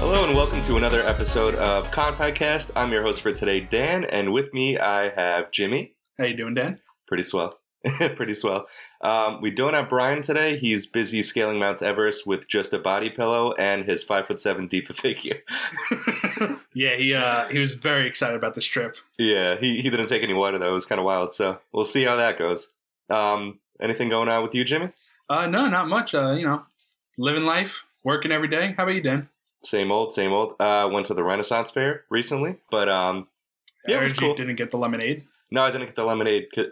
Hello and welcome to another episode of Con Podcast. I'm your host for today, Dan, and with me I have Jimmy. How you doing, Dan? Pretty swell. Pretty swell. Um, we don't have Brian today. He's busy scaling Mount Everest with just a body pillow and his five foot seven deep figure. yeah, he uh, he was very excited about this trip. yeah, he, he didn't take any water though. It was kind of wild. So we'll see how that goes. Um, anything going on with you, Jimmy? Uh, no, not much. Uh, you know, living life, working every day. How about you, Dan? Same old, same old. Uh, went to the Renaissance Fair recently, but um, yeah, it I was heard cool. You didn't get the lemonade. No, I didn't get the lemonade, 'cause-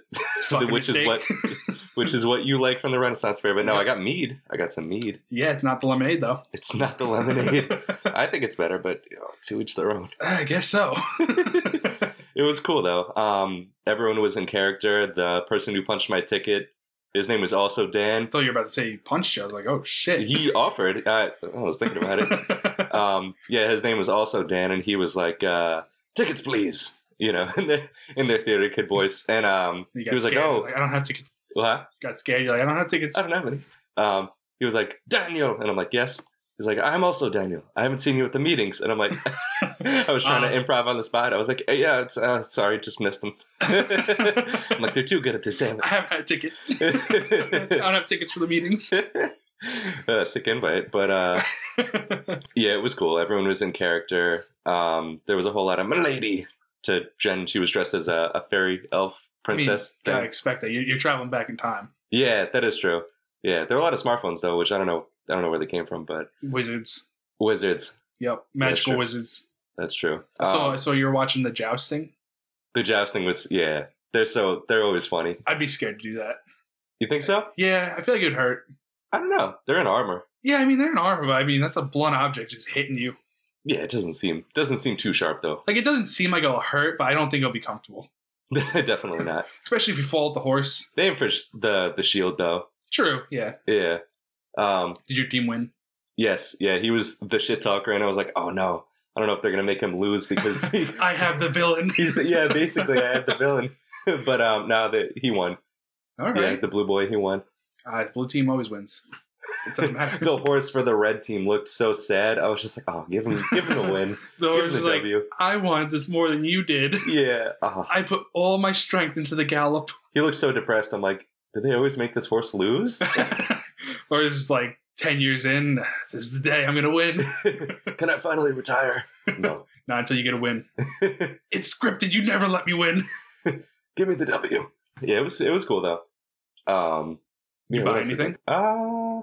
Fucking which is mistake. what which is what you like from the Renaissance Fair. But no, I got mead. I got some mead. yeah, it's not the lemonade though. It's not the lemonade. I think it's better, but you know, to each their own. I guess so. It was cool though. Um, everyone was in character. The person who punched my ticket, his name was also Dan. I thought you were about to say he punched you. I was like, oh shit. He offered. I, I was thinking about it. Um, yeah, his name was also Dan, and he was like, uh, "Tickets, please." You know, in their, in their theater kid voice, and um, You he got was like, scared. "Oh, I don't have tickets. what?" Got scared. You're like, I don't have tickets. I don't have any. Um, he was like, Daniel. And I'm like, yes. He's like, I'm also Daniel. I haven't seen you at the meetings. And I'm like, I was trying Uh-huh. to improv on the spot. I was like, eh, yeah, it's, uh, sorry, just missed them. I'm like, they're too good at this, damn I haven't had a ticket. I it. don't have tickets for the meetings. uh, sick invite. But uh, yeah, it was cool. Everyone was in character. Um, there was a whole lot of milady to Jen. She was dressed as a, a fairy elf princess. I mean, thing. gotta expect that. You're, you're traveling back in time. Yeah, that is true. Yeah, there are a lot of smartphones though, which I don't know. I don't know where they came from, but Wizards. wizards. Yep. true. Magical wizards. That's true. So, Um, so you're watching the jousting? the jousting was yeah. They're so they're always funny. I'd be scared to do that. You think so? Yeah, I feel like it'd hurt. I don't know. They're in armor. Yeah, I mean they're an arm, but I mean that's a blunt object just hitting you. Yeah, it doesn't seem doesn't seem too sharp though. Like it doesn't seem like it'll hurt, but I don't think it'll be comfortable, Definitely not. especially if you fall at the horse. They aim for sh- the the shield though. True. Yeah. Yeah. Um. Did your team win? Yes. Yeah. He was the shit talker, and I was like, oh no, I don't know if they're gonna make him lose because he, I have the villain. he's the, yeah. Basically, I had the villain, but um, now that he won, All yeah, right. the blue boy, he won. Uh, blue team always wins. It doesn't matter. the horse for the red team looked so sad. I was just like, oh, give him, give him the win, The give him horse the is like, W. I wanted this more than you did. Yeah, Ah. I put all my strength into the gallop. he looked so depressed. I'm like, do they always make this horse lose? or it's like ten years in. This is the day I'm gonna win. Can I finally retire? No, Not until you get a win. it's scripted. You never let me win. give me the W. Yeah, it was it was cool though. Um, Did you yeah, buy what else we anything? Uh,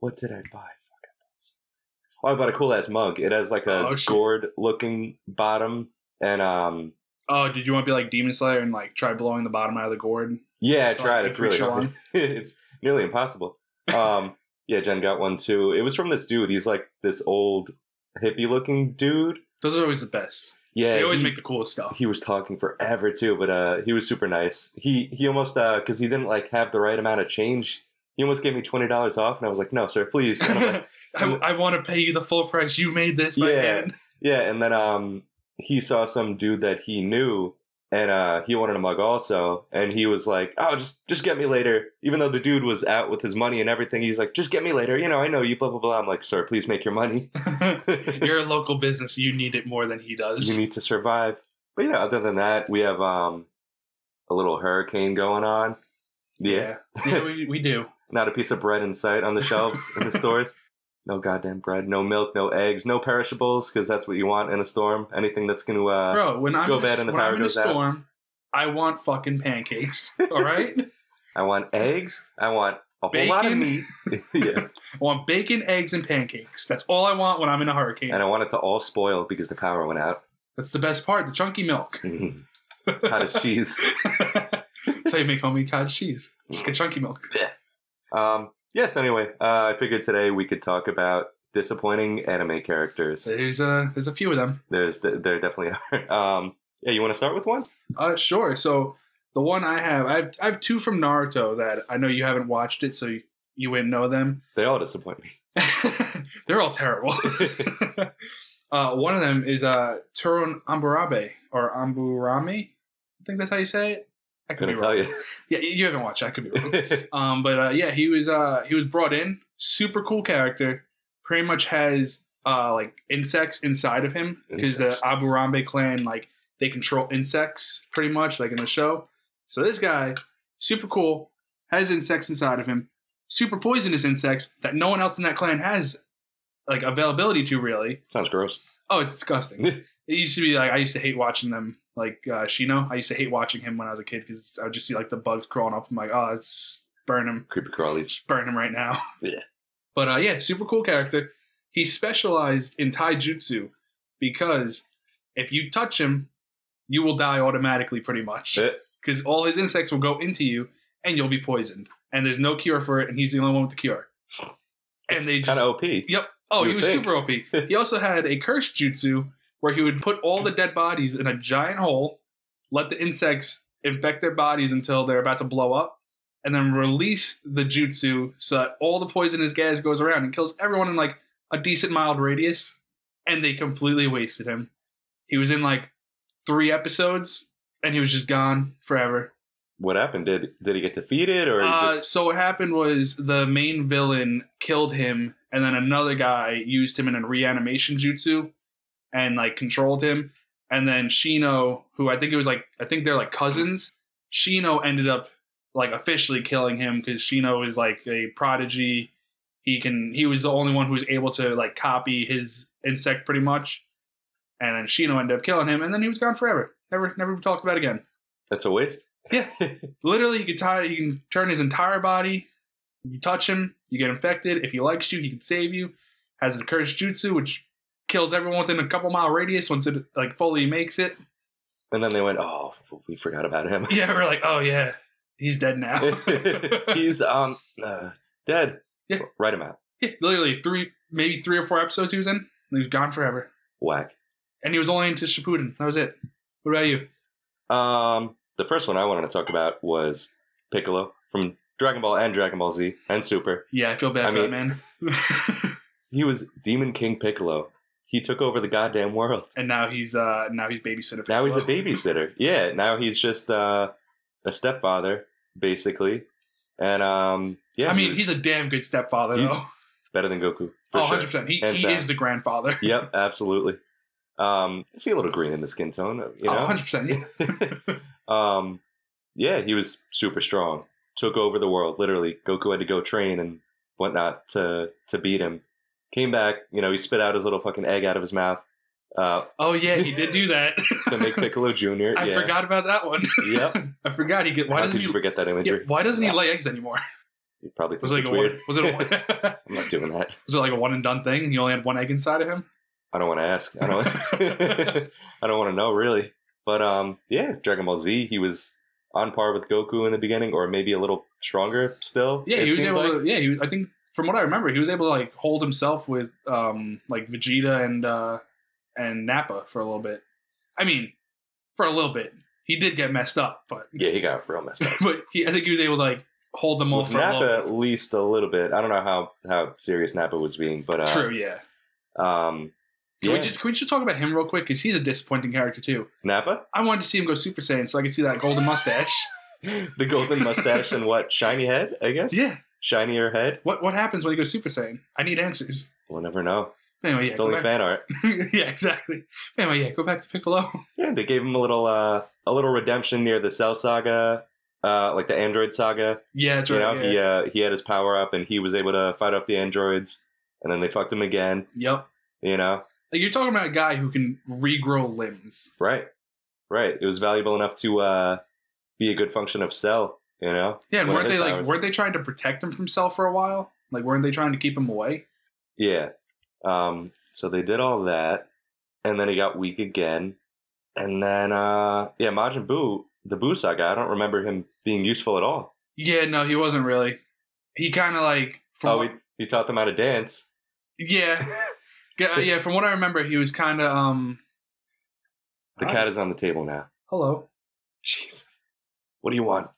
what did I buy? Fuck, I bought some- Oh, I bought a cool ass mug. It has like a Oh, shit. gourd looking bottom, and um, Oh, did you want to be like Demon Slayer and like try blowing the bottom out of the gourd? yeah, I Like, tried. It's like really Richard hard. Long? it's nearly impossible. Um, yeah, Jen got one too. It was from this dude. He's like this old hippie looking dude. Those are always the best. Yeah, they always he, make the coolest stuff. he was talking forever too, but uh, he was super nice. He he almost uh, because he didn't like have the right amount of change. He almost gave me twenty dollars off, and I was like, "No, sir, please." And I'm like, I, I want to pay you the full price. You made this by Yeah. hand. yeah, and then um, he saw some dude that he knew, and uh, he wanted a mug also, and he was like, "Oh, just just get me later." Even though the dude was out with his money and everything, he's like, "Just get me later." You know, I know you, blah blah blah. I'm like, "Sir, please make your money. you You're a local business. You need it more than he does. need to survive." But yeah, other than that, we have um, a little hurricane going on. yeah. yeah, Yeah, we, we do. Not a piece of bread in sight on the shelves in the stores. No goddamn bread, no milk, no eggs, no perishables, because that's what you want in a storm. Anything that's going to. Uh, Bro, when I'm go in bad a, and the when power I'm in a goes out. storm, I want fucking pancakes. All right, I want eggs. I want a whole lot of Bacon. meat. yeah. I want bacon, eggs, and pancakes. That's all I want when I'm in a hurricane. And I want it to all spoil because the power went out. That's the best part. The chunky milk. Mhm. Cottage cheese. That's how you make homemade cottage cheese. Just get chunky milk. Um, yes, anyway, uh, I figured today we could talk about disappointing anime characters. There's a there's a few of them. There's, There definitely are. Um, yeah, you want to start with one? Uh, sure. So the one I have, I have I have two from Naruto that I know you haven't watched it, so you, you wouldn't know them. They all disappoint me. They're all terrible. uh, one of them is uh, Turon Amburabe or Amburami. I think that's how you say it. I could Gonna be tell wrong. you. Yeah, you haven't watched. it. I could be wrong. Um, but uh, yeah, he was uh, he was brought in. Super cool character. Pretty much has uh, like insects inside of him because the Insects. Abu Rambe clan like they control insects pretty much like in the show. So this guy, super cool, has insects inside of him, super poisonous insects that no one else in that clan has like availability to really. Sounds gross. Oh, it's disgusting. it used to be like I used to hate watching them. Like uh, Shino, I used to hate watching him when I was a kid because I would just see like the bugs crawling up. I'm like, oh, it's burn him Creepy crawlies. just burn him right now. Yeah. But uh, yeah, super cool character. He specialized in taijutsu because if you touch him, you will die automatically, pretty much. Eh. Because all his insects will go into you, and you'll be poisoned. And there's no cure for it, and he's the only one with the cure. And they just kind of OP. Yep. Oh, You he was think. super OP. He also had a curse jutsu where he would put all the dead bodies in a giant hole, let the insects infect their bodies until they're about to blow up, and then release the jutsu so that all the poisonous gas goes around and kills everyone in like a decent mild radius. And they completely wasted him. He was in like three episodes and he was just gone forever. What happened? Did did he get defeated or he Uh, just So what happened was the main villain killed him, and then another guy used him in a reanimation jutsu, and like controlled him. And then Shino, who I think it was like I think they're like cousins. Shino ended up like officially killing him because Shino is like a prodigy. He can he was the only one who was able to like copy his insect pretty much. And then Shino ended up killing him, and then he was gone forever. Never never talked about again that's a waste? literally you can tie you can turn his entire body you touch him you get infected if he likes you he can save you has the cursed jutsu which kills everyone within a couple mile radius once it like fully makes it And then they went, oh, we forgot about him. yeah we're like oh yeah he's dead now He's um uh, dead. Yeah. Write him out. Yeah, literally three maybe three or four episodes he was in and he was gone forever Whack. and he was only into shippuden that was it what about you Um, the first one I wanted to talk about was Piccolo from Dragon Ball and Dragon Ball Z and Super. yeah i feel bad I for that man He was Demon King Piccolo. He took over the goddamn world. and now he's uh now he's babysitter Now he's a Piccolo. babysitter. Yeah, now he's just uh, a stepfather, basically. And um, yeah, i he mean was he's a damn good stepfather he's- though better than Goku. For Oh, sure. 100%. He, Hands he down. is the grandfather. Yep, absolutely. Um, I see a little green in the skin tone, uh, you Oh, know. 100%. Yeah. Oh. um, yeah, he was super strong. Took over the world, literally. Goku had to go train and whatnot to to beat him. Came back, you know, he spit out his little fucking egg out of his mouth uh, Oh, yeah, he did do that. to make Piccolo Junior. I yeah. forgot about that one. Yep. I forgot he get. Why How doesn't could you he? forget that Yeah, imagery? why doesn't he lay eggs anymore? You probably Was think it like it's a weird. one, was it a one, I'm not doing that. was it like a one and done thing? He only had one egg inside of him. I don't want to ask. I don't. I don't want to know really. But um, yeah, Dragon Ball Z. He was on par with Goku in the beginning, or maybe a little stronger still. Yeah, it he was seemed able. like. to, yeah, he was, I think from what I remember, he was able to like hold himself with um like Vegeta and uh and Nappa for a little bit. I mean, for a little bit, he did get messed up, but Yeah, he got real messed up. but he, I think he was able to like hold them all With for a Nappa, little. at least a little bit. I don't know how how serious Nappa was being, but uh, bit. True. Yeah. Um, Can yeah, we just can we just talk about him real quick? Because he's a disappointing character too. Nappa, I wanted to see him go Super Saiyan so I could see that golden mustache. the golden mustache and what shiny head? I guess. shinier head. What what happens when he goes Super Saiyan? I need answers. We'll never know. Anyway, yeah. It's go only back- fan art. yeah, exactly. Anyway, yeah, go back to Piccolo. Yeah, they gave him a little uh, a little redemption near the Cell Saga, uh, like the Android Saga. Yeah, that's you right. know, yeah. he uh, he had his power up and he was able to fight off the androids, and then they fucked him again. Yep. You know, Like you're talking about a guy who can regrow limbs. right, right. It was valuable enough to uh, be a good function of Cell. You know, Yeah, and One of weren't his they like powers. weren't they trying to protect him from Cell for a while? Like weren't they trying to keep him away? yeah. Um, so they did all that, and then he got weak again, and then uh, yeah, Majin Buu, the Buu Saga. I don't remember him being useful at all. Yeah, no, he wasn't really. He kind of like from Oh, what- he, he taught them how to dance. yeah. yeah, yeah. From what I remember, he was kind of um. The Huh? cat is on the table now. Hello. Jeez. What do you want?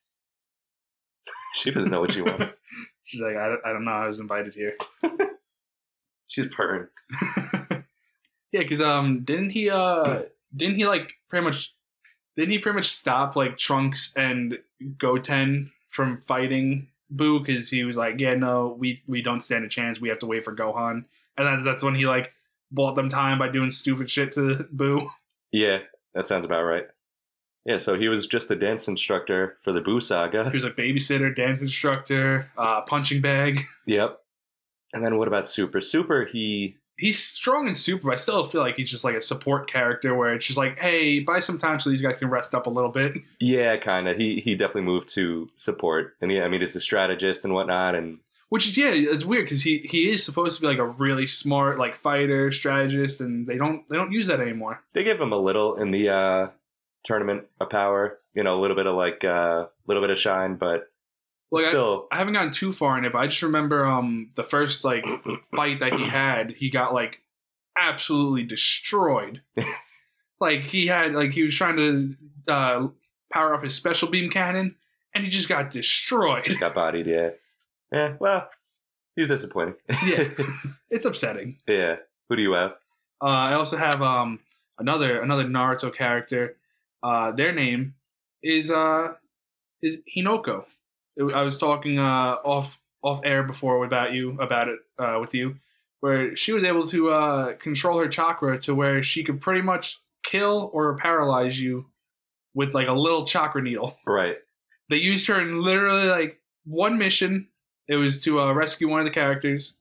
she doesn't know what she wants. She's like, I don't, I don't know. I was invited here. She's purring. yeah, because um, didn't he uh, didn't he like pretty much, didn't he pretty much stop like Trunks and Goten from fighting Boo because he was like, yeah, no, we we don't stand a chance. We have to wait for Gohan, and that, that's when he like bought them time by doing stupid shit to Boo. Yeah, that sounds about right. Yeah, so he was just the dance instructor for the Boo He saga. was a babysitter, dance instructor, uh, punching bag. yep. And then what about Super? Super, he He's strong and super, but I still feel like he's just like a support character where it's just like, hey, buy some time so these guys can rest up a little bit. yeah, kind of. He he definitely moved to support, and yeah, I mean, he's a strategist and whatnot, and Which is yeah, it's weird because he he is supposed to be like a really smart like fighter strategist, and they don't they don't use that anymore. they give him a little in the uh, tournament of power. You know, a little bit of like a little bit of shine, but Like I- still, I haven't gotten too far in it, but I just remember um the first like fight that he had, he got like absolutely destroyed. like he had like he was trying to uh power up his special beam cannon and he just got destroyed. got bodied. Yeah, yeah. Well, he's disappointing. yeah. It's upsetting. yeah. Who do you have? Uh I also have um another another Naruto character. Uh their name is uh is Hinoko. It- I was talking uh off off air before about you about it uh with you where she was able to uh control her chakra to where she could pretty much kill or paralyze you with like a little chakra needle. Right. They used her in literally like one mission. It was to uh, rescue one of the characters.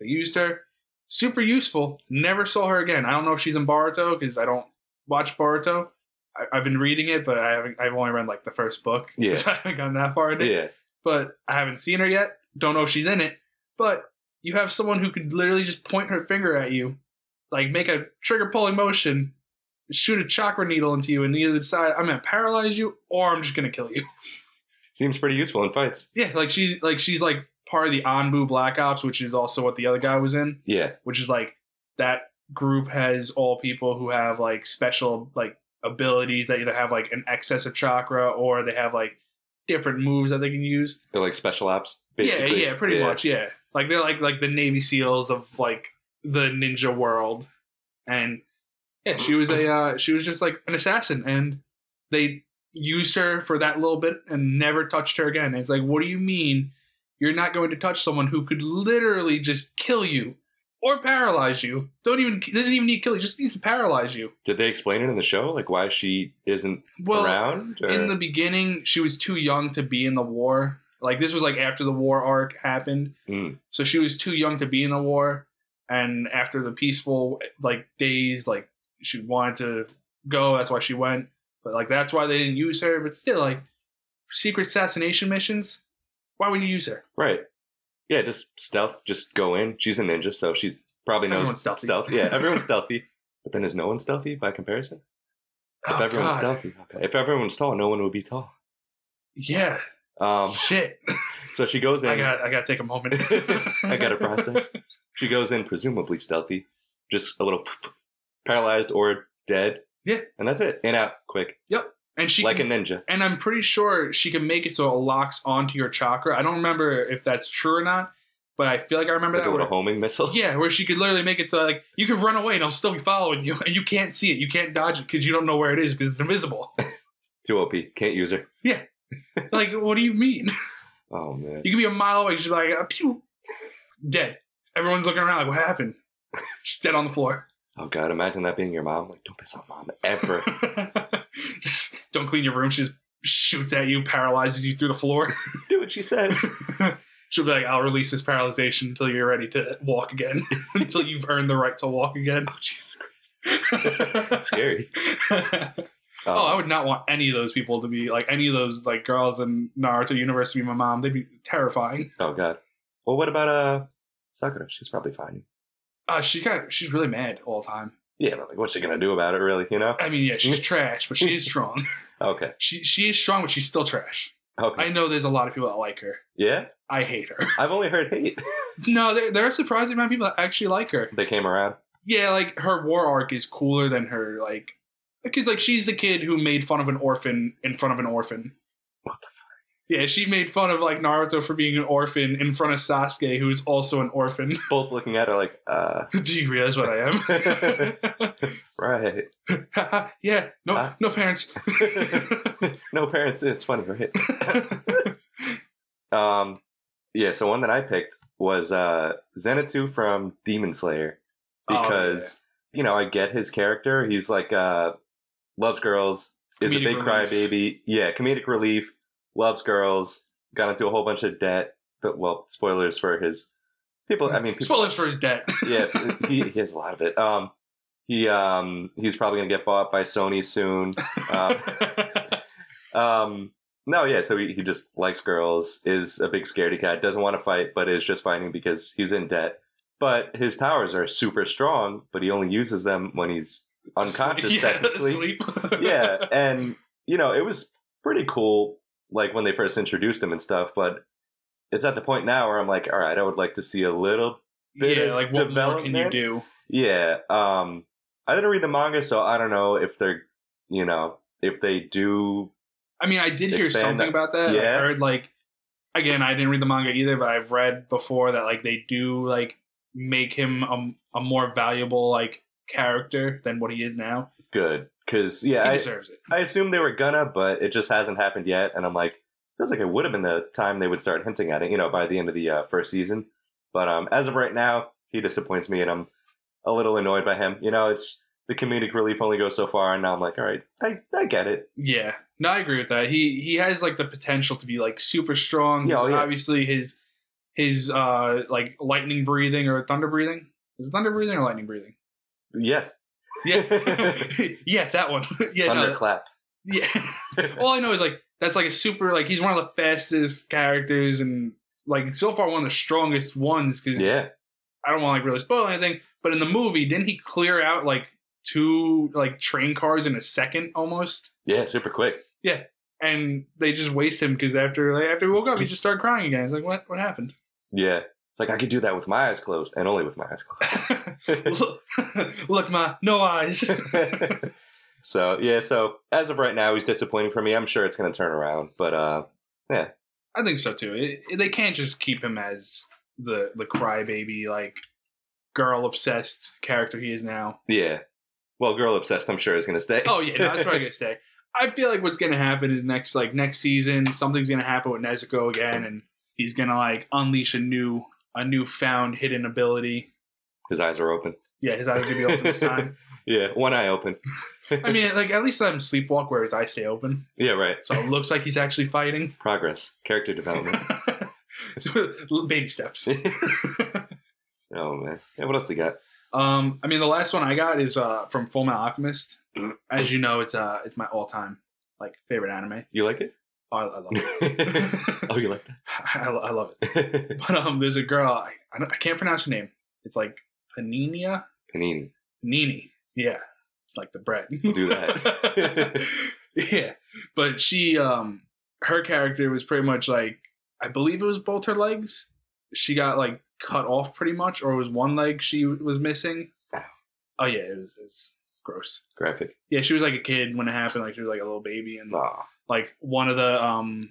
They used her. Super useful. Never saw her again. I don't know if she's in Boruto because I don't watch Boruto. I, I've been reading it, but I haven't. I've only read like the first book. Yeah. so I haven't gotten that far in it. Yeah. But I haven't seen her yet. Don't know if she's in it. But you have someone who could literally just point her finger at you, like make a trigger pulling motion, shoot a chakra needle into you, and either decide I'm gonna paralyze you or I'm just gonna kill you. Seems pretty useful in fights. Yeah, like she like she's like part of the Anbu Black Ops, which is also what the other guy was in, Yeah. which is like that group has all people who have like special like abilities that either have like an excess of chakra or they have like different moves that they can use. They're like special ops, basically. Yeah, yeah, pretty much, yeah. Like they're like like the Navy SEALs of like the ninja world. And yeah, she was a uh, she was just like an assassin and they used her for that little bit and never touched her again. And it's like, what do you mean you're not going to touch someone who could literally just kill you or paralyze you? Don't even doesn't even need to kill you, just needs to paralyze you. Did they explain it in the show? Like why she isn't Well, around? Or? in the beginning, she was too young to be in the war. Like this was like after the war arc happened, Mm. so she was too young to be in the war. And after the peaceful like days, like she wanted to go. That's why she went. But like that's why they didn't use her. But still, like secret assassination missions. Why would you use her? Right. Yeah, just stealth. Just go in. She's a ninja, so she probably knows Everyone's stealthy. stealth. Yeah, everyone's stealthy. But then is no one stealthy by comparison? If Oh, everyone's God. stealthy, okay. if everyone's tall, no one would be tall. yeah, Um, shit. so she goes in. I got I got to take a moment. I got to process. She goes in presumably stealthy, just a little paralyzed or dead. Yeah. and that's it. And out quick, And she like can- a ninja. and I'm pretty sure she can make it so it locks onto your chakra. I don't remember if that's true or not, but I feel like I remember Like a that. little Where, homing missile. yeah, where she could literally make it so like you could run away and it'll still be following you, and you can't see it, you can't dodge it because you don't know where it is because it's invisible. Too OP. Can't use her. like, what do you mean? Oh man. You could be a mile away, she's like, uh, pew, dead. Everyone's looking around like, what happened? She's dead on the floor. Oh god. Imagine that being your mom. Like, don't piss off mom ever. Just don't clean your room. She just shoots at you, paralyzes you through the floor. Do what she says. She'll be like, I'll release this paralyzation until you're ready to walk again, until you've earned the right to walk again. Oh Jesus Christ. Scary. Um, oh, I would not want any of those people to be like any of those like girls in Naruto Universe to be my mom. They'd be terrifying. oh god. Well, what about uh Sakura? She's probably fine. Uh, she's got she's really mad all the time. Yeah, but like, what's she gonna do about it, really? You know? I mean, yeah, she's trash, but she is strong. Okay. She she is strong, but she's still trash. Okay. I know there's a lot of people that like her. yeah. I hate her. I've only heard hate. No, there, there are a surprising amount of people that actually like her. they came around. yeah, like her war arc is cooler than her like because like she's the kid who made fun of an orphan in front of an orphan. What the fuck? Yeah, she made fun of like Naruto for being an orphan in front of Sasuke, who is also an orphan. Both looking at her like, uh, Do you realize what I right. am? yeah, no, Huh? no parents. no parents. It's funny, right? Um, yeah. So one that I picked was uh Zenitsu from Demon Slayer. Oh, yeah. because you know I get his character. He's like uh, loves girls, is a Comedic big relief. crybaby. Yeah, comedic relief, loves girls, got into a whole bunch of debt. But well, spoilers for his people. I mean, people, Spoilers for his debt. yeah, he, he has a lot of it. Um, he um he's probably gonna get bought by Sony soon. Um, um, no, yeah. So he, he just likes girls, is a big scaredy cat, doesn't want to fight, but is just fighting because he's in debt. But his powers are super strong, but he only uses them when he's unconscious, Yeah, technically. Sleep. yeah, and you know, it was pretty cool, like when they first introduced him and stuff. But it's at the point now where I'm like, all right, I would like to see a little. bit yeah. of Like what more can you development. do? Yeah, um, I didn't read the manga, so I don't know if they're, you know, if they do I mean, I did hear Expand something that- about that. I Yeah. heard like again, I didn't read the manga either, but I've read before that like they do like make him a, a more valuable like character than what he is now. good, because He yeah, I, deserves it. I assumed they were gonna, but it just hasn't happened yet. And I'm like, feels like it would have been the time they would start hinting at it, you know, by the end of the uh, first season. But um, as of right now, he disappoints me, and I'm a little annoyed by him. You know, it's the comedic relief only goes so far, and now I'm like, all right, I, I get it. Yeah. No, I agree with that. He he has like the potential to be like super strong. Yeah, oh, yeah. Obviously his his uh like lightning breathing or thunder breathing. Is it thunder breathing or lightning breathing? Yes, Yeah. yeah, that one. yeah, no, thunderclap. yeah. All I know is like that's like a super like he's one of the fastest characters and like so far one of the strongest ones because yeah, I don't want to like really spoil anything, but in the movie didn't he clear out like two like train cars in a second almost? yeah, super quick. And they just waste him because after like, after he woke up he just started crying again. It's like what what happened? Yeah, it's like I could do that with my eyes closed, and only with my eyes closed. look, look my no eyes. so yeah, so as of right now, he's disappointing for me. I'm sure it's gonna turn around, but uh, I think so too. It, it- they can't just keep him as the the crybaby like girl obsessed character he is now. Yeah. Well, girl obsessed, I'm sure, is going to stay. Oh yeah, no, that's probably gonna stay. I feel like what's gonna happen is next like next season something's gonna happen with Nezuko again, and he's gonna like unleash a new a newfound hidden ability. His eyes are open. Yeah, his eyes are gonna be open this time. Yeah, one eye open. I mean, like at least let him sleepwalk where his eyes stay open, Yeah, right. so it looks like he's actually fighting. Progress, character development. So, little baby steps. oh, man. Yeah, what else they got? Um, I mean, the last one I got is uh from Full Metal Alchemist. As you know, it's uh it's my all time like favorite anime. You like it? Oh, I, I love it. oh, you like I, I love it. that? But um, there's a girl. I, I, don't, I can't pronounce her name. It's like Paninia Panini. Nini. Yeah, like the bread. do that. yeah, but she um, her character was pretty much like I believe it was both her legs. She got like cut off pretty much, or it was one leg she was missing. Ow. Oh yeah, it was, it was gross. Graphic. Yeah, she was like a kid when it happened. Like she was like a little baby, and Aw. like one of the um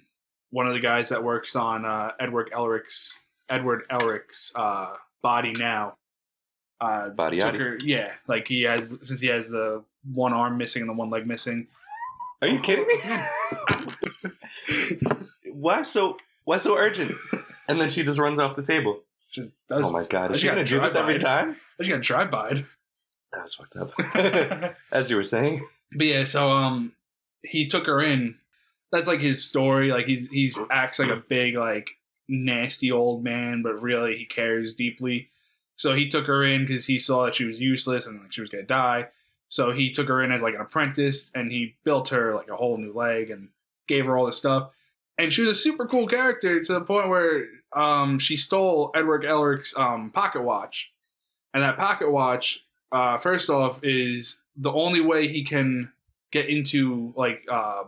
one of the guys that works on uh Edward Elric's Edward Elric's uh body now uh Body took yaddy. her, yeah like he has since he has the one arm missing and the one leg missing Are you kidding me? why so why so urgent? And then she just runs off the table. She- that was, Oh my god, is she she got gonna do this every time? I just got drive by That was fucked up. it As you were saying. but yeah so um he took her in that's like his story like he's he's acts like a big like nasty old man but really he cares deeply so he took her in because he saw that she was useless and like she was gonna die so he took her in as like an apprentice and he built her like a whole new leg and gave her all this stuff and she was a super cool character to the point where um she stole edward elric's um pocket watch and that pocket watch uh, first off is the only way he can get into like uh,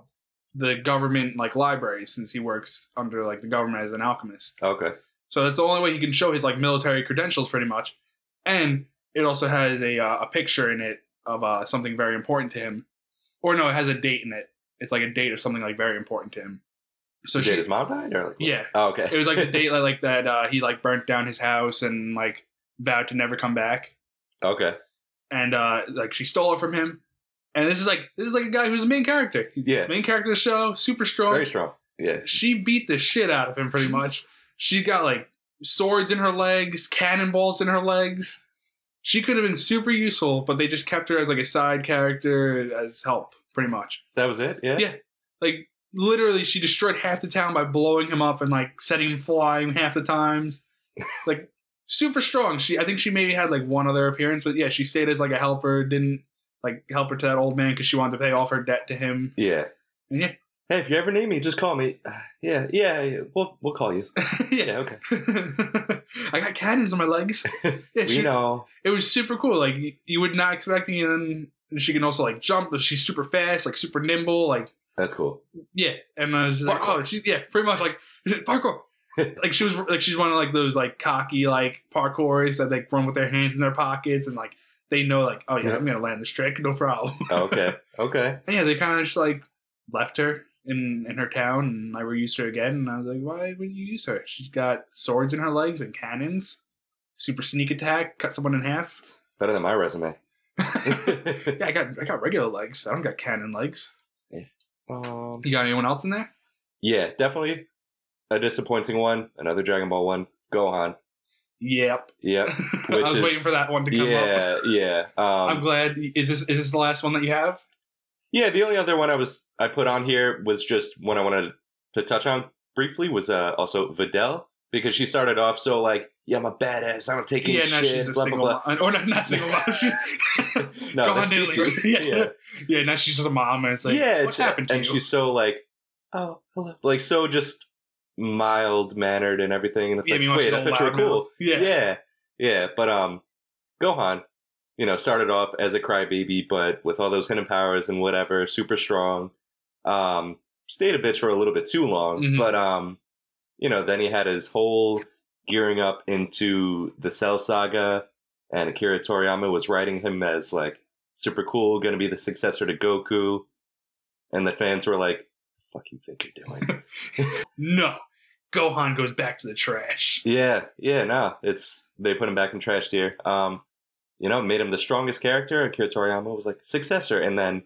the government like library since he works under like the government as an alchemist. Okay. So that's the only way he can show his like military credentials, pretty much. And it also has a uh, a picture in it of uh, something very important to him, or no, it has a date in it. It's like a date of something like very important to him. So Did she, his mom died or like yeah, Oh, okay. it was like the date like, like that uh, he like burnt down his house and like vowed to never come back Okay. and uh like she stole it from him. And this is like this is like a guy who's the main character. He's Yeah. the main character of the show, super strong. Very strong. Yeah. She beat the shit out of him pretty much. She got like swords in her legs, cannonballs in her legs. She could have been super useful, but they just kept her as like a side character as help, pretty much. That was it. Yeah. Yeah. Like literally, she destroyed half the town by blowing him up and like setting him flying half the times. Like super strong. She, I think she maybe had like one other appearance, but yeah, she stayed as like a helper. Didn't like help her to that old man because she wanted to pay off her debt to him. Yeah. Yeah. Hey, if you ever need me, just call me. Yeah, yeah, yeah. we'll we'll call you. Yeah, okay. I got cannons on my legs. Yeah, We she, know. it was super cool. Like y- you would not expect it, and then she can also like jump. But she's super fast, like super nimble, like That's cool. yeah. And I was just like, Parkour. oh, she's yeah, pretty much like parkour. like she was like she's one of like those like cocky like parkourists that like run with their hands in their pockets and like they know like oh yeah, Yeah. I'm gonna land this trick, no problem. Okay, okay. and yeah, they kind of just like left her. In, in her town, and I reused her again. And I was like, "Why would you use her? She's got swords in her legs and cannons, super sneak attack, cut someone in half. Better than my resume. Yeah, I got I got regular legs. I don't got cannon legs. um, You got anyone else in there? yeah, definitely a disappointing one. Another Dragon Ball one. Gohan. Yep. Yep. I Which was is- waiting for that one to come up. Yeah, yeah. Um, I'm glad. Is this is this the last one that you have? Yeah, the only other one I was I put on here was just one I wanted to touch on briefly was uh, also Videl because she started off so like yeah I'm a badass I don't take any yeah, no, shit she's a blah single blah mom. Or not, not single mom. She's- blah. No, Gohan that's didn't G2. leave. Yeah. yeah, yeah, now she's just a mom, and it's like, yeah. what's it's- happened to and you? she's so like oh hello like so just mild mannered and everything and it's yeah, like meanwhile, wait she's I all thought you were loudmouth. cool Yeah. yeah, yeah. But um, Gohan, you know, started off as a crybaby, but with all those hidden powers and whatever, super strong. Um, stayed a bitch for a little bit too long, Mhm. but um, you know, then he had his whole gearing up into the Cell Saga, and Akira Toriyama was writing him as like super cool, going to be the successor to Goku, and the fans were like, "Fuck you think you're doing?" No. Gohan goes back to the trash. Yeah, yeah, no. It's they put him back in trash tier. Um, you know, made him the strongest character. Akira Toriyama was like successor, and then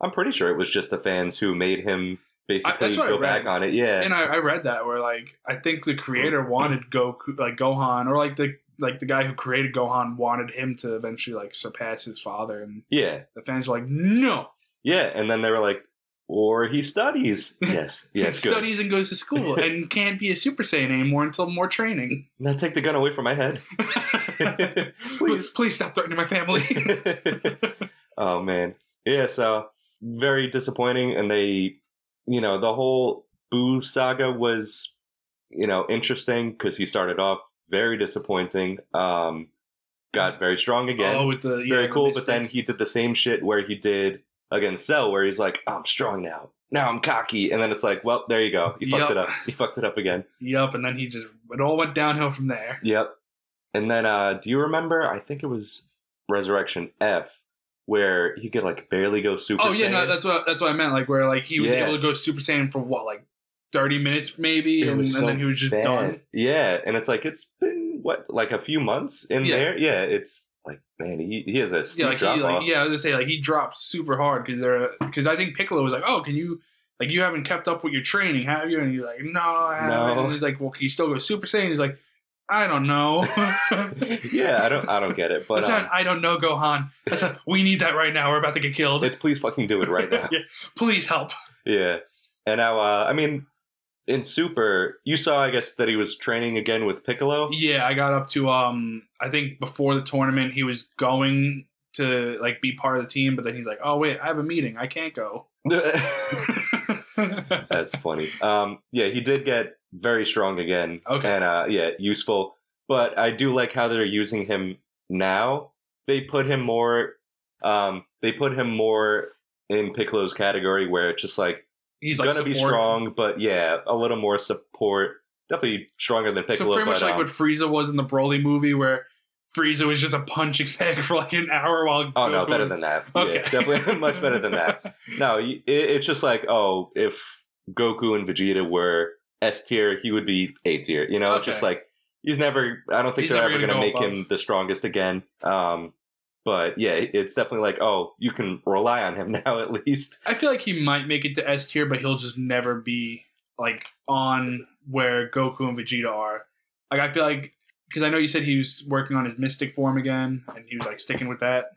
I'm pretty sure it was just the fans who made him basically what I go back read. on it. Yeah, And I, I read that where like I think the creator wanted Goku like Gohan or like the like the guy who created Gohan wanted him to eventually like surpass his father and yeah, The fans were like, no. yeah. And then they were like, or he studies. Yes, yes, he good. studies and goes to school and can't be a Super Saiyan anymore until more training. Now take the gun away from my head, please. please stop threatening my family. oh man, yeah. So very disappointing, and they, you know, the whole Boo saga was, you know, interesting because he started off very disappointing. Um, got very strong again, oh, with the yeah, very the cool. mistake. But then he did the same shit where he did against Cell, where he's like, "I'm strong now." Now I'm cocky, and then it's like, well, there you go. He fucked Yup. it up. He fucked it up again. Yup, and then he just it all went downhill from there. Yep. And then uh do you remember I think it was Resurrection F where he could like barely go super oh yeah, Saiyan. no, that's what that's what I meant. Like where like he was Yeah. able to go Super Saiyan for what like thirty minutes maybe, It and, was and so then he was just bad. done. Yeah, and it's like it's been what like a few months in Yeah. there. Yeah, it's like man, he he has a steep Yeah, like he drop off. like yeah, I was gonna say like he dropped super hard because they're because I think Piccolo was like, oh, can you like you haven't kept up with your training, have you? And he's like, no, I haven't. No. And he's like, well, can you still go Super Saiyan? He's like, I don't know. Yeah, I don't I don't get it, but That's um, not, I don't know, Gohan. That's not, we need that right now. We're about to get killed. it's please fucking do it right now. Yeah. Please help. yeah. And now uh I mean in Super, you saw I guess that he was training again with Piccolo. Yeah, I got up to um, I think before the tournament he was going to like be part of the team, but then he's like, oh wait, I have a meeting. I can't go. That's funny. Um, yeah, he did get very strong again. Okay. And uh, yeah, useful. But I do like how they're using him now. They put him more. Um, they put him more in Piccolo's category where it's just like he's gonna like be support. strong, but yeah, a little more support. Definitely stronger than Piccolo. so pretty much but, like um, what Frieza was in the Broly movie, where Frieza was just a punching bag for like an hour while. Oh no, Goku- better than that. Okay. Yeah, definitely much better than that. No, y- it, it's just like oh, if Goku and Vegeta were S tier, he would be A tier. You know, Okay. just like he's never. I don't think He's they're never ever gonna going to make go him above. the strongest again. Um, but yeah, it's definitely like oh, you can rely on him now at least. I feel like he might make it to S tier, but he'll just never be like on where Goku and Vegeta are. Like I feel like because I know you said he was working on his mystic form again, and he was like sticking with that.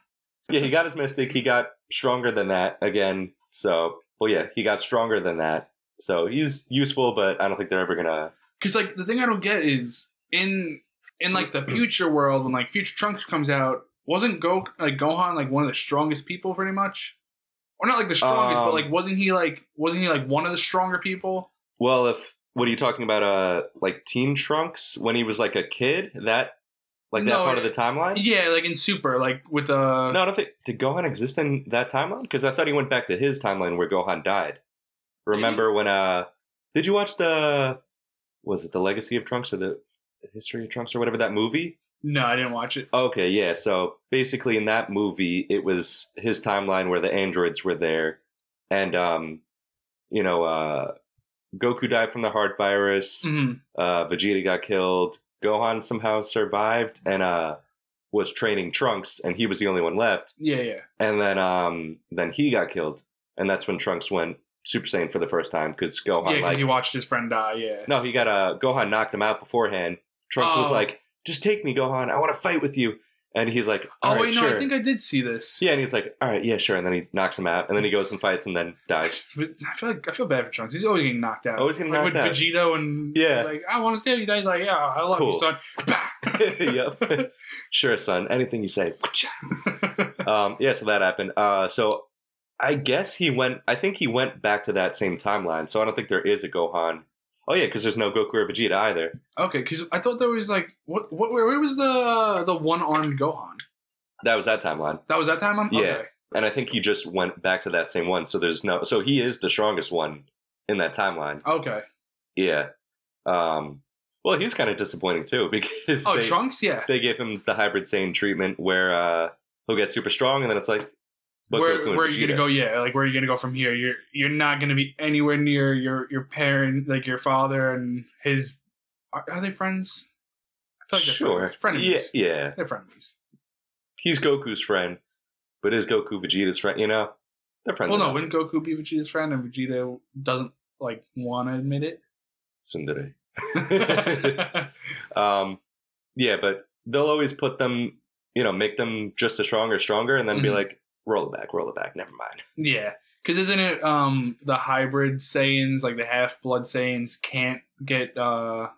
Yeah, he got his mystic. He got stronger than that again. So, well, yeah, he got stronger than that. So he's useful, but I don't think they're ever gonna. Because like the thing I don't get is in in like the future world when like future Trunks comes out, wasn't Go like Gohan like one of the strongest people pretty much, or not like the strongest, Um, but like wasn't he like wasn't he like one of the stronger people? Well, if what are you talking about? Uh, like Teen Trunks when he was like a kid. That like that No, part of the it- timeline. Yeah, like in Super, like with uh No, I don't think did Gohan exist in that timeline? Because I thought he went back to his timeline where Gohan died. Remember when uh did you watch the was it the Legacy of Trunks or the History of Trunks or whatever that movie? no, I didn't watch it. Okay, yeah. So basically in that movie it was his timeline where the androids were there and um you know uh Goku died from the heart virus, Mhm. uh Vegeta got killed, Gohan somehow survived and uh was training Trunks and he was the only one left Yeah, yeah. and then um then he got killed and that's when trunks went super saiyan for the first time because Yeah, gohan because like he watched his friend die. Yeah. no he got uh gohan knocked him out beforehand trunks was Oh. like just take me gohan i want to fight with you and he's like oh "All right, wait, no, sure I think I did see this. yeah and he's like all right yeah sure and then he knocks him out and then he goes and fights and then dies But I feel like I feel bad for Trunks. He's always getting knocked out. Always getting like knocked out. with Vegito and Yeah. like I want to stay with you. Dad's like, yeah, I love Cool. you, son. yep sure son anything you say um yeah so that happened uh so i guess he went i think he went back to that same timeline so i don't think there is a gohan oh yeah because there's no goku or vegeta either okay, because I thought there was like what what where, where was the uh, the one armed Gohan? That was that timeline. That was that time. I'm Yeah. okay. And I think he just went back to that same one. So there's no so he is the strongest one in that timeline. Okay. Yeah. Um well he's kind of disappointing too because Oh, they, Trunks. Yeah. they gave him the hybrid Saiyan treatment where uh he'll get super strong and then it's like but Goku where and where are you Vegeta. gonna go? Yeah, like where are you gonna go from here? You're you're not gonna be anywhere near your your parent, like your father and his. Are, are they friends? I feel like they're Sure. friends. Frenemies. Yeah, yeah. They're frenemies. He's Goku's friend, but is Goku Vegeta's friend, you know? They're friends. Well, no, enough. wouldn't Goku be Vegeta's friend, and Vegeta doesn't like want to admit it? Tsundere. um, yeah, but they'll always put them, you know, make them just as strong or stronger, and then be Mhm. like, roll it back, roll it back, never mind. yeah, because isn't it um the hybrid Saiyans, like the half blood Saiyans, can't get uh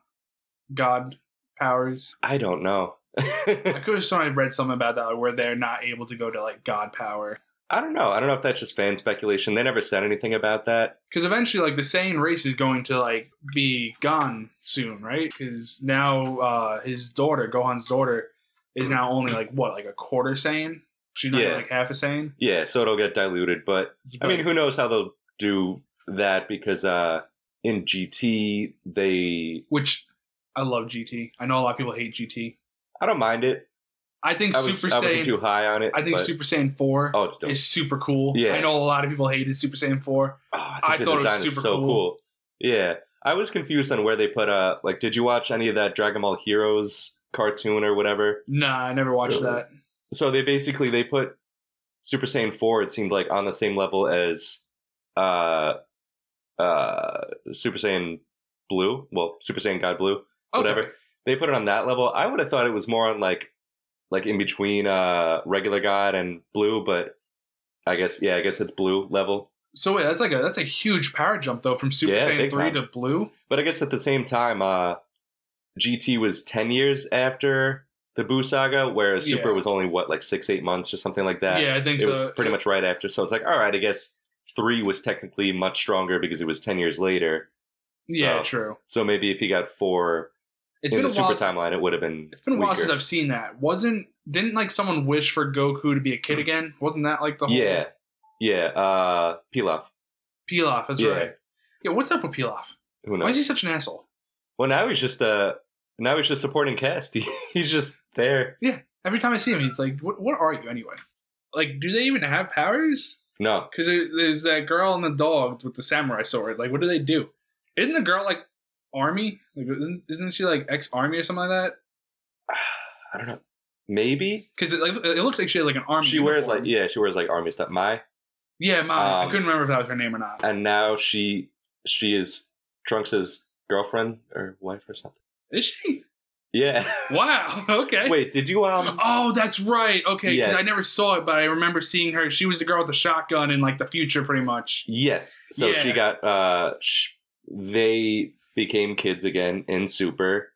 God powers? I don't know. I could have sworn I read something about that, like, where they're not able to go to like God power. I don't know. I don't know if that's just fan speculation. They never said anything about that. Because eventually, like the Saiyan race is going to like be gone soon, right? Because now uh his daughter, Gohan's daughter, is now only like what, like a quarter Saiyan? She's not even, Yeah. like half a Saiyan. Yeah, so it'll get diluted, but I mean, who knows how they'll do that because uh, in GT they. which I love GT. I know a lot of people hate GT. I don't mind it. I think I, was, Super I Saiyan. wasn't too high on it. I think but- Super Saiyan Four Oh, it's dope. is super cool. Yeah. I know a lot of people hated Super Saiyan Four. Oh, I, I think the thought it was design is super so cool. cool. Yeah, I was confused on where they put uh like. Did you watch any of that Dragon Ball Heroes cartoon or whatever? Nah, I never watched Really? that. So they basically they put Super Saiyan Four. It seemed like on the same level as uh uh Super Saiyan Blue. Well, Super Saiyan God Blue. Okay. Whatever. They put it on that level. I would have thought it was more on like like in between uh regular God and Blue, but I guess yeah, I guess it's Blue level. So wait, that's like a that's a huge power jump though from Super Yeah, Saiyan big Three time. to Blue. But I guess at the same time, uh, GT was 10 years after the Boo saga, whereas Super Yeah. was only, what, like six, eight months or something like that? yeah, I think It was so. pretty much right after. So it's like, all right, I guess three was technically much stronger because it was 10 years later. Yeah, so. true. So maybe if he got four It's in been the a Super while. timeline, it would have been. It's been a while weaker. since I've seen that. Wasn't didn't like someone wish for Goku to be a kid again? Wasn't that like the whole Hmm. Yeah. Yeah. Uh, Pilaf. Pilaf? That's Yeah. right. Yeah, what's up with Pilaf? Who Why is knows? he such an asshole? well, now he's just, uh, now he's just supporting cast. He, he's just there. Every time I see him, he's like, "What? What are you anyway? Like, do they even have powers? No. Because there, there's that girl and the dog with the samurai sword. Like, what do they do? Isn't the girl like army? Like, isn't, isn't she like ex army or something like that? I don't know. Maybe. Because it, like, it looks like she had like an army. She wears like, uniform. yeah, she wears like army stuff. My. yeah, Ma. Um, I couldn't remember if that was her name or not. and now she she is Trunks' girlfriend or wife or something. Is she? Yeah. Wow. Okay. Wait, did you um? Oh, that's right. Okay, 'cause I Yes. never saw it, but I remember seeing her. She was the girl with the shotgun in like the future, pretty much. Yes. So she Yeah. got uh sh- they became kids again in Super.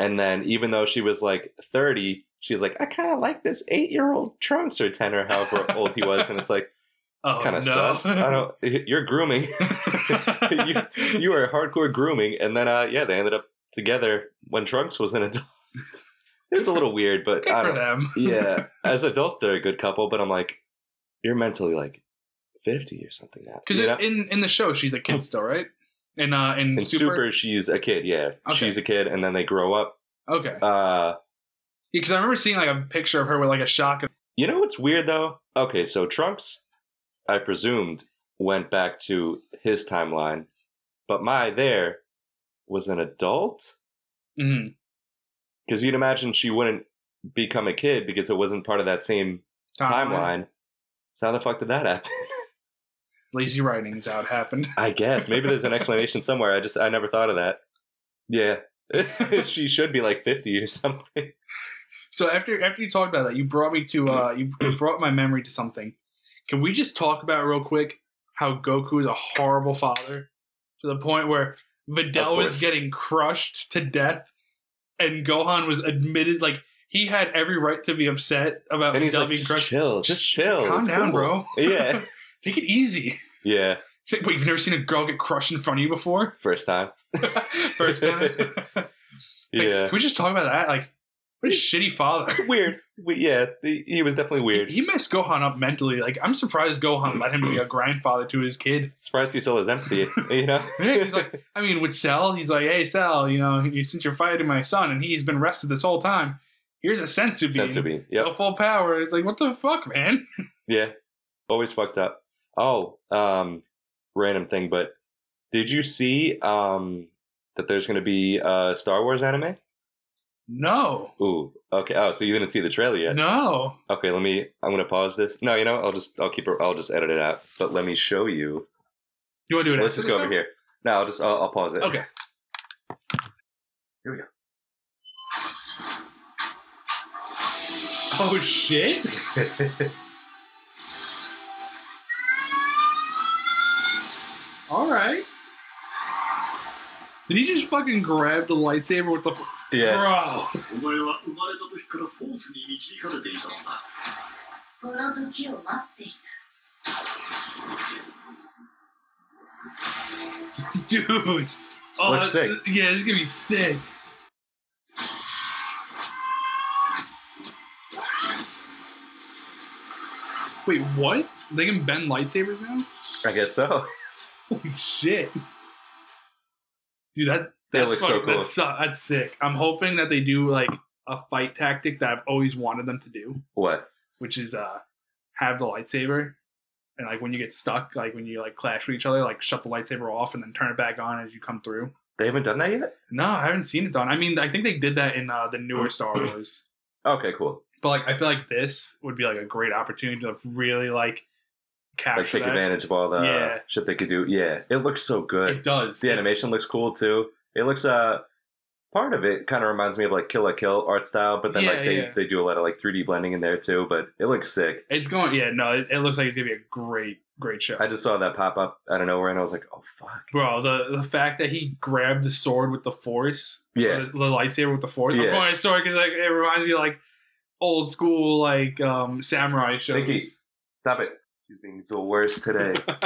And then even though she was like 30, she's like I kind of like this 8-year-old Trunks or 10 or however old he was and it's like Oh, it's kind of no. sus. I don't you're grooming. You- you are hardcore grooming and then uh yeah, they ended up together when Trunks was an adult. it's a little weird, but Good I for don't them. Yeah, as adult they're a good couple, but I'm like you're mentally like 50 or something now. Because you know? in in the show, she's a kid still, right? In uh, in, In Super, super. she's a kid. Yeah, Okay. she's a kid, and then they grow up. Okay. Uh, Because I remember seeing like a picture of her with like a shotgun. you know what's weird though? Okay, so Trunks, I presumed, went back to his timeline, but my there was an adult Mhm. because you'd imagine she wouldn't become a kid because it wasn't part of that same Uh-huh. timeline. So how the fuck did that happen? Lazy writing's how it happened. I guess maybe there's an explanation somewhere. I just I never thought of that. Yeah, she should be like 50 or something. So after after you talked about that, you brought me to uh, you, you brought my memory to something. Can we just talk about real quick how Goku is a horrible father to the point where Of Videl course. was getting crushed to death, and Gohan was admitted like he had every right to be upset about And he's Videl like, being just crushed. chill, Just- just E just chill. calm It's down, cool." bro. Yeah, Take it easy. yeah. Wait, you've never seen a girl get crushed in front of you before? First time. First time. Like, Yeah. Can we just talk about that? Like, what a shitty father. weird. We, yeah, the, he was definitely weird. He messed Gohan up mentally. Like I'm surprised Gohan let him be a grandfather to his kid. Surprised he still has empathy. You know. Yeah, he's like, I mean, with Cell, he's like, hey Cell, you know, you- since you're fighting my son and he's been rested this whole time, here's a sensu bean, Sensu bean. No Yep. full power. It's like, what the fuck, man? Yeah. Always fucked up. Oh, um, random thing, but did you see um that there's going to be a Star Wars anime? No, Ooh. Okay. Oh, so you didn't see the trailer yet? no. Okay. Let me. I'm going to pause this. No, you know, I'll just. I'll keep. it- I'll just edit it out. But let me show you. You want to do it? Let's after just the go over show? here. No, I'll just. I'll, I'll pause it. Okay. Oh shit! All right. Did he just fucking grab the lightsaber with the f- Yeah. bro? お前は生まれた時からフォースに導かれていたのだこの時を待っていた Dude. Oh, Looks sick. that's- Yeah, this is gonna be sick. Wait, what? They can bend lightsabers now? I guess so. Holy shit. Dude, that They that's look so fucking- cool. That's, su- that's sick. I'm hoping that they do like a fight tactic that I've always wanted them to do, What? which is uh have the lightsaber. And like when you get stuck, like when you like clash with each other, like shut the lightsaber off and then turn it back on as you come through. They haven't done that yet? No, I haven't seen it done. I mean, I think they did that in uh, the newer Star Wars. Okay, cool. But like, I feel like this would be like a great opportunity to really like capture Like take that. advantage of all the Yeah. shit they could do. Yeah, it looks so It good. does. The animation looks cool too. It looks uh part of it kind of reminds me of like Kill a Kill art style, but then Yeah, like they yeah. they do a lot of like 3D blending in there too. But it looks sick. It's going. Yeah, no, it, it looks like it's gonna be a great, great show. I just saw that pop up out of nowhere, and I was like, oh fuck. Bro, the the fact that he grabbed the sword with the force, or Yeah, the, the lightsaber with the force. I'm Yeah. going to sword because like it reminds me of, like old school like um samurai shows. Vicky, stop it. She's being the worst today.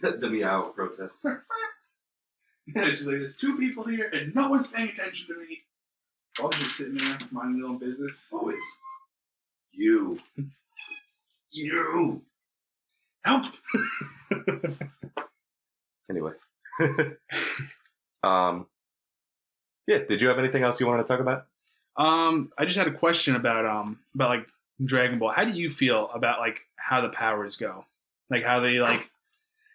the meow protest. She's like, there's two people here and no one's paying attention to me. I'm just sitting there minding their own business. Always. You. you. Help! Anyway. um. Yeah. Did you have anything else you wanted to talk about? Um, I just had a question about um about like Dragon Ball. How do you feel about like how the powers go? Like how they like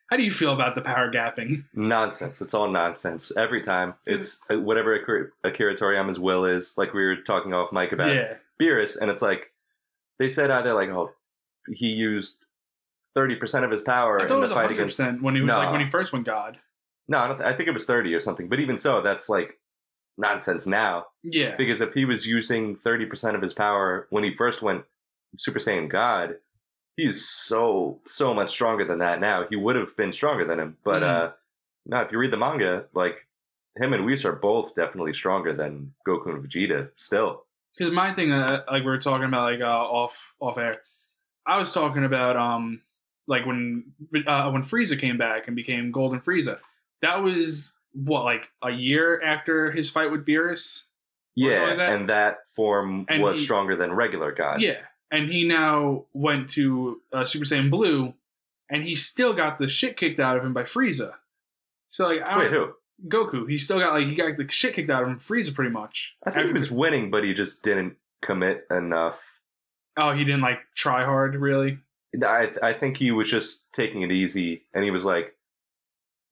how do you feel about the power gapping? Nonsense. It's all nonsense every time. It's uh, whatever Akira, Akira Toriyama's will is. Like we were talking off mic about Yeah. Beerus, and it's like they said either like, oh, he used thirty percent of his power I in thought it the was fight hundred against. percent when he was No. like when he first went God. No, I, don't th- I think it was thirty or something. But even so, that's like nonsense now. Yeah. Because if he was using 30% of his power when he first went Super Saiyan God, he's so, so much stronger than that now. He would have been stronger than him. But Mhm. uh, no, if you read the manga, like him and Whis are both definitely stronger than Goku and Vegeta still. because my thing uh, like we were talking about like uh, off off air i was talking about um like when uh, when frieza came back and became golden frieza that was what like a year after his fight with beerus Or Yeah, something like that. and that form And was he- stronger than regular God. yeah and he now went to uh, super saiyan blue and he still got the shit kicked out of him by frieza so like I Wait, don't, who? goku he still got like he got the shit kicked out of him from frieza pretty much I think he After- was winning, but he just didn't commit enough. oh he didn't like try hard really I I think he was just taking it easy, and he was like,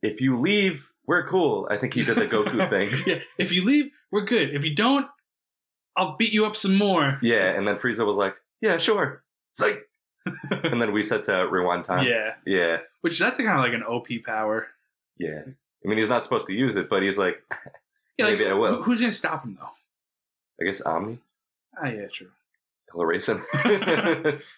"If you leave, we're cool." I think he did the Goku thing. yeah, if you leave, we're good. If you don't, I'll beat you up some more. Yeah, and then Frieza was like, "Yeah, sure." It's like, and then we said to rewind time. Yeah. yeah, Which that's kind of like an OP power. yeah. I mean, he's not supposed to use it, but he's like, Yeah, like, Maybe I will. who- who's gonna stop him though? I guess Omni, Ah, yeah, true. he'll erase him.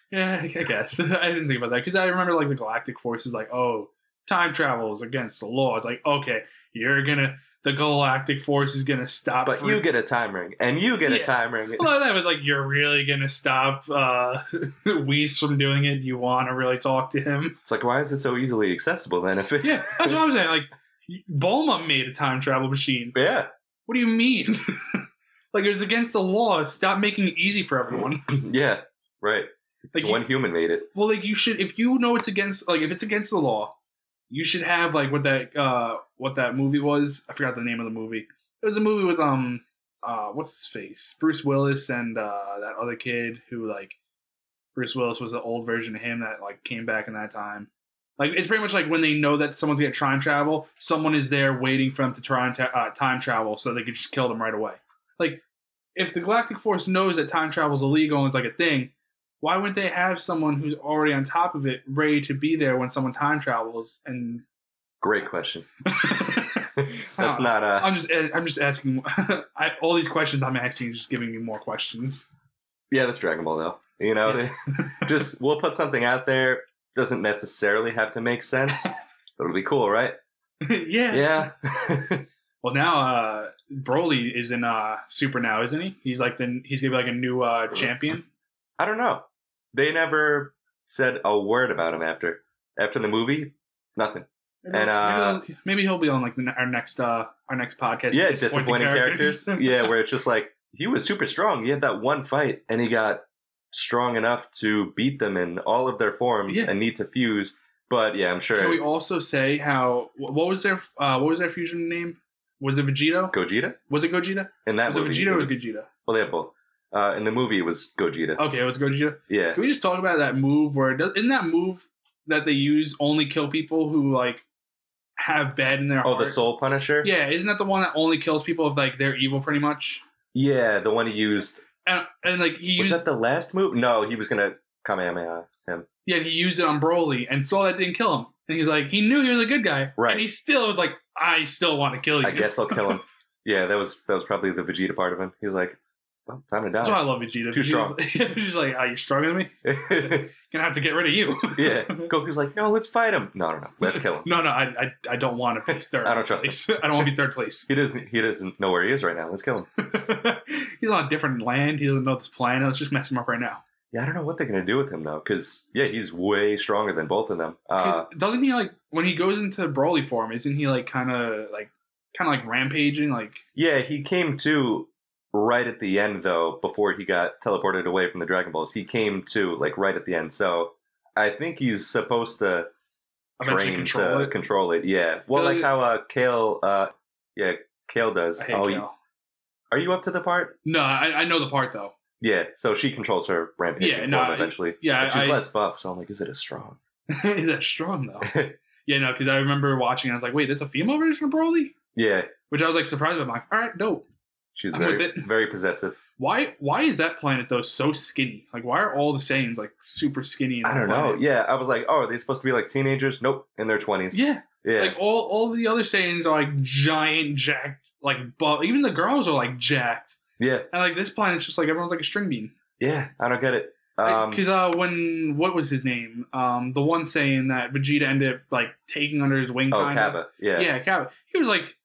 Yeah, I I guess I didn't think about that because I remember like the Galactic Force is like, oh, time travel is against the law. It's like, okay, you're gonna the Galactic Force is gonna stop. but Fre- you get a time ring, and you get Yeah. a time ring. Well, that was like, you're really gonna stop uh, Whis from doing it. You want to really talk to him? It's like, why is it so easily accessible then? If it, Yeah, that's what I'm saying. Like, Bulma made a time travel machine. yeah, What do you mean? like, it was against the law. Stop making it easy for everyone. yeah, right. Like, Because you- one human made it. well, like, you should, if you know it's against, like, if it's against the law, you should have, like, what that, uh, what that movie was. I forgot the name of the movie. It was a movie with, um, uh, what's his face? Bruce Willis and, uh, that other kid who, like, Bruce Willis was the old version of him that, like, came back in that time. Like, it's pretty much like when they know that someone's gonna time travel, someone is there waiting for them to try and ta- uh, time travel so they could just kill them right away. Like, if the Galactic Force knows that time travel is illegal and it's like a thing, why wouldn't they have someone who's already on top of it ready to be there when someone time travels? And Great question. That's don't not uh I'm just I'm just asking I, all these questions I'm asking is just giving me more questions. yeah, that's Dragon Ball though. You know, they- just we'll put something out there. Doesn't necessarily have to make sense. It'll be cool, right? yeah. Yeah. Well, now uh, Broly is in uh, Super now, isn't he? He's like the he's gonna be like a new uh, champion. I don't know. They never said a word about him after after the movie. Nothing. Maybe, And, uh, maybe, he'll, maybe he'll be on like the, our next uh, our next podcast. yeah, disappointing characters. yeah, where it's just like he was super strong. He had that one fight, and he got strong enough to beat them in all of their forms Yeah. and need to fuse. But yeah, I'm sure Can we also say how wh- what was their uh, what was their fusion name? Was it Vegito? Gogeta was it Gogeta? in that was it movie. it Vegito or was- Gogeta? Well, they have both. Uh, in the movie, it was Gogeta. Okay, it was Gogeta. yeah. Can we just talk about that move where it does, isn't that move that they use only kill people who like have bad in their Oh, the heart? Soul Punisher. Yeah, isn't that the one that only kills people if like they're evil pretty much? Yeah, the one he used. And, and like he Was used that the last move? No, he was gonna Kamehameha him. yeah, he used it on Broly and saw that didn't kill him. And he's like, he knew he was a good guy. Right. And he still was like, I still want to kill you. I guess I'll kill him. yeah, that was that was probably the Vegeta part of him. He was like, well, time to That's why I die. love Vegeta. Too Vegeta's- strong. Vegeta's like, oh, you're stronger than me? Gonna have to get rid of you. yeah. Goku's like, no, let's fight him. No, no, no, let's kill him. No, no, I, I, I don't want to be third. I don't trust him. place. I don't want to be third place. He doesn't. He doesn't know where he is right now. Let's kill him. He's on a different land. He doesn't know this planet. Let's just mess him up right now. Yeah, I don't know what they're gonna do with him though, because yeah, he's way stronger than both of them. 'Cause Uh, doesn't he like when he goes into Broly form? Isn't he like kind of like kind of like rampaging? Like yeah, he came to right at the end though, before he got teleported away from the Dragon Balls. He came to like right at the end, so I think he's supposed to eventually train control to it. control it. Yeah, well, Yeah, like like- how uh, Kale, uh, yeah, Kale does. I hate oh, oh, you- are you up to the part? No, I, I know the part though. Yeah, so she controls her rampaging Yeah, form no, I- eventually. yeah, but she's I- less buff, so I'm like, is it as strong? Is that strong though? yeah, no, because I remember watching. and I was like, wait, there's a female version of Broly, Yeah, which I was like surprised. By. I'm like, all right, dope. she's I'm with very it. very possessive. Why why is that planet though so skinny? Like why are all the Saiyans like super skinny? in I that don't know. planet? Yeah, I was like, oh, are they supposed to be like teenagers? Nope, in their twenties. Yeah, yeah. like all all the other Saiyans are like giant, jacked, like buff. Even the girls are like jacked, yeah, and like this planet's just like everyone's like a string bean. yeah. I don't get it. Um, Because uh, when what was his name? Um, the one saying that Vegeta ended up like taking under his wing. oh, kinda. Kappa. Yeah, Yeah. Kappa. He was like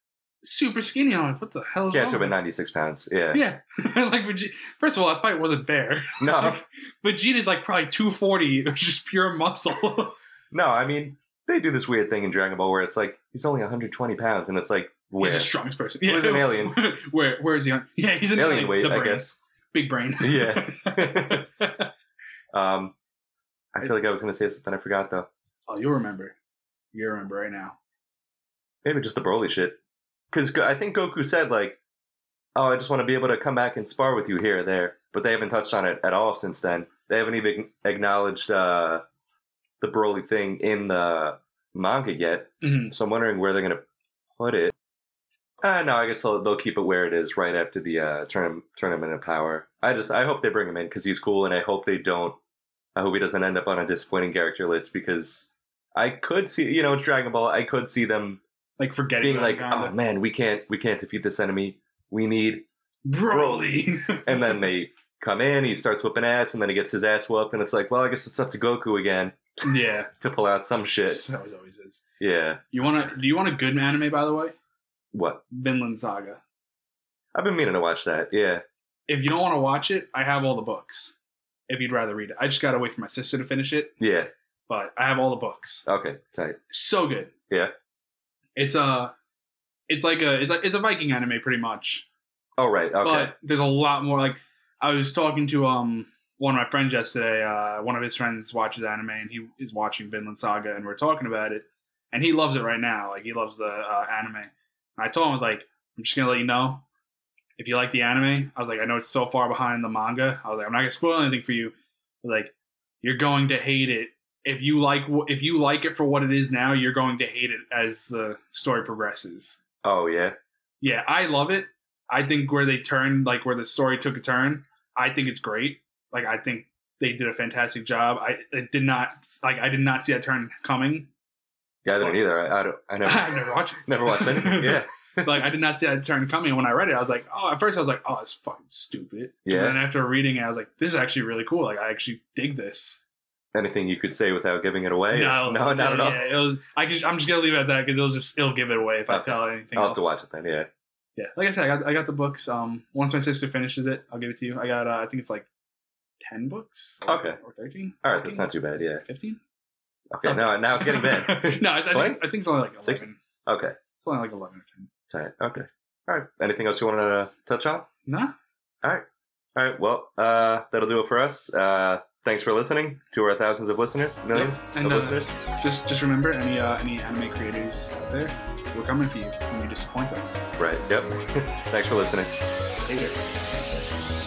super skinny. I'm like, what the hell? Is Can't wrong? at ninety six pounds. Yeah. Yeah, like Vegeta. First of all, that fight wasn't fair. No, Like, Vegeta's like probably 240, it was just pure muscle. no. I mean, they do this weird thing in Dragon Ball where it's like he's only one hundred twenty pounds, and it's like where He's the strongest person. Well, he's an alien. where where is he on? Yeah, he's an alien alien. weight, the I brain. guess. Big brain. Yeah. um, I feel like I was gonna say something I forgot though. oh, you'll remember. You remember right now. Maybe just the Broly shit. Because I think Goku said, like, oh, I just want to be able to come back and spar with you here or there. But they haven't touched on it at all since then. They haven't even acknowledged uh, the Broly thing in the manga yet. Mhm. So I'm wondering where they're going to put it. Uh, no, I guess they'll, they'll keep it where it is right after the uh, turn, tournament of power. I just, I hope they bring him in because he's cool and I hope they don't, I hope he doesn't end up on a disappointing character list because I could see, you know, it's Dragon Ball. I could see them Like forgetting being about like, Uganda. "Oh man, we can't we can't defeat this enemy. We need." Broly. And then they come in, he starts whipping ass, and then he gets his ass whooped, and it's like, "Well, I guess it's up to Goku again yeah, to pull out some shit." that was always is. Yeah. You want to? Do you want a good anime? By the way, What? Vinland Saga. I've been meaning to watch that. Yeah. If you don't want to watch it, I have all the books. If you'd rather read it, I just gotta wait for my sister to finish it. Yeah. But I have all the books. Okay. Tight. so good. Yeah. It's a, it's like a, it's like it's a Viking anime pretty much, Oh right. Okay. but there's a lot more. Like I was talking to um one of my friends yesterday. Uh, one of his friends watches anime and he is watching Vinland Saga, and we are talking about it, and he loves it right now. Like he loves the uh, anime. And I told him I was like, I'm just gonna let you know. If you like the anime, I was like, I know it's so far behind the manga. I was like, I'm not gonna spoil anything for you. I was like, you're going to hate it if you like wh- if you like it for what it is now, you're going to hate it as the story progresses. oh yeah. Yeah, I love it. I think where they turned, like where the story took a turn, I think it's great. Like I think they did a fantastic job. I it did not like I did not see that turn coming. Yeah, I didn't either. I, I don't. I I never never watched never watched anything. Yeah. it. Like I did not see that turn coming. When I read it, I was like, oh. At first, I was like, oh, it's fucking stupid. Yeah. And then after reading it, I was like, this is actually really cool. Like I actually dig this. Anything you could say without giving it away? no, not at all. Yeah, it was, I could, I'm just gonna leave it at that because it'll just it'll give it away if I Okay. tell anything. I'll have else. to watch it then. Yeah. Yeah, like I said, I got, I got the books. Um, once my sister finishes it, I'll give it to you. I got uh, I think it's like ten books. or- Okay. Or thirteen. All right. That's not too bad. Yeah. Fifteen. Okay. No. Now it's getting bad. no, it's, I, think, 20? I think it's only like eleven. Six? Okay. It's only like eleven or ten. Tight. Okay. All right. Anything else you want to touch on? Nah. All right. Well, uh, that'll do it for us. Uh, thanks for listening to our thousands of listeners, millions Yep, and, of uh, listeners. Just just remember, any uh, any anime creators out there, we're coming for you when you disappoint us. Right. Yep. thanks for listening. Take care.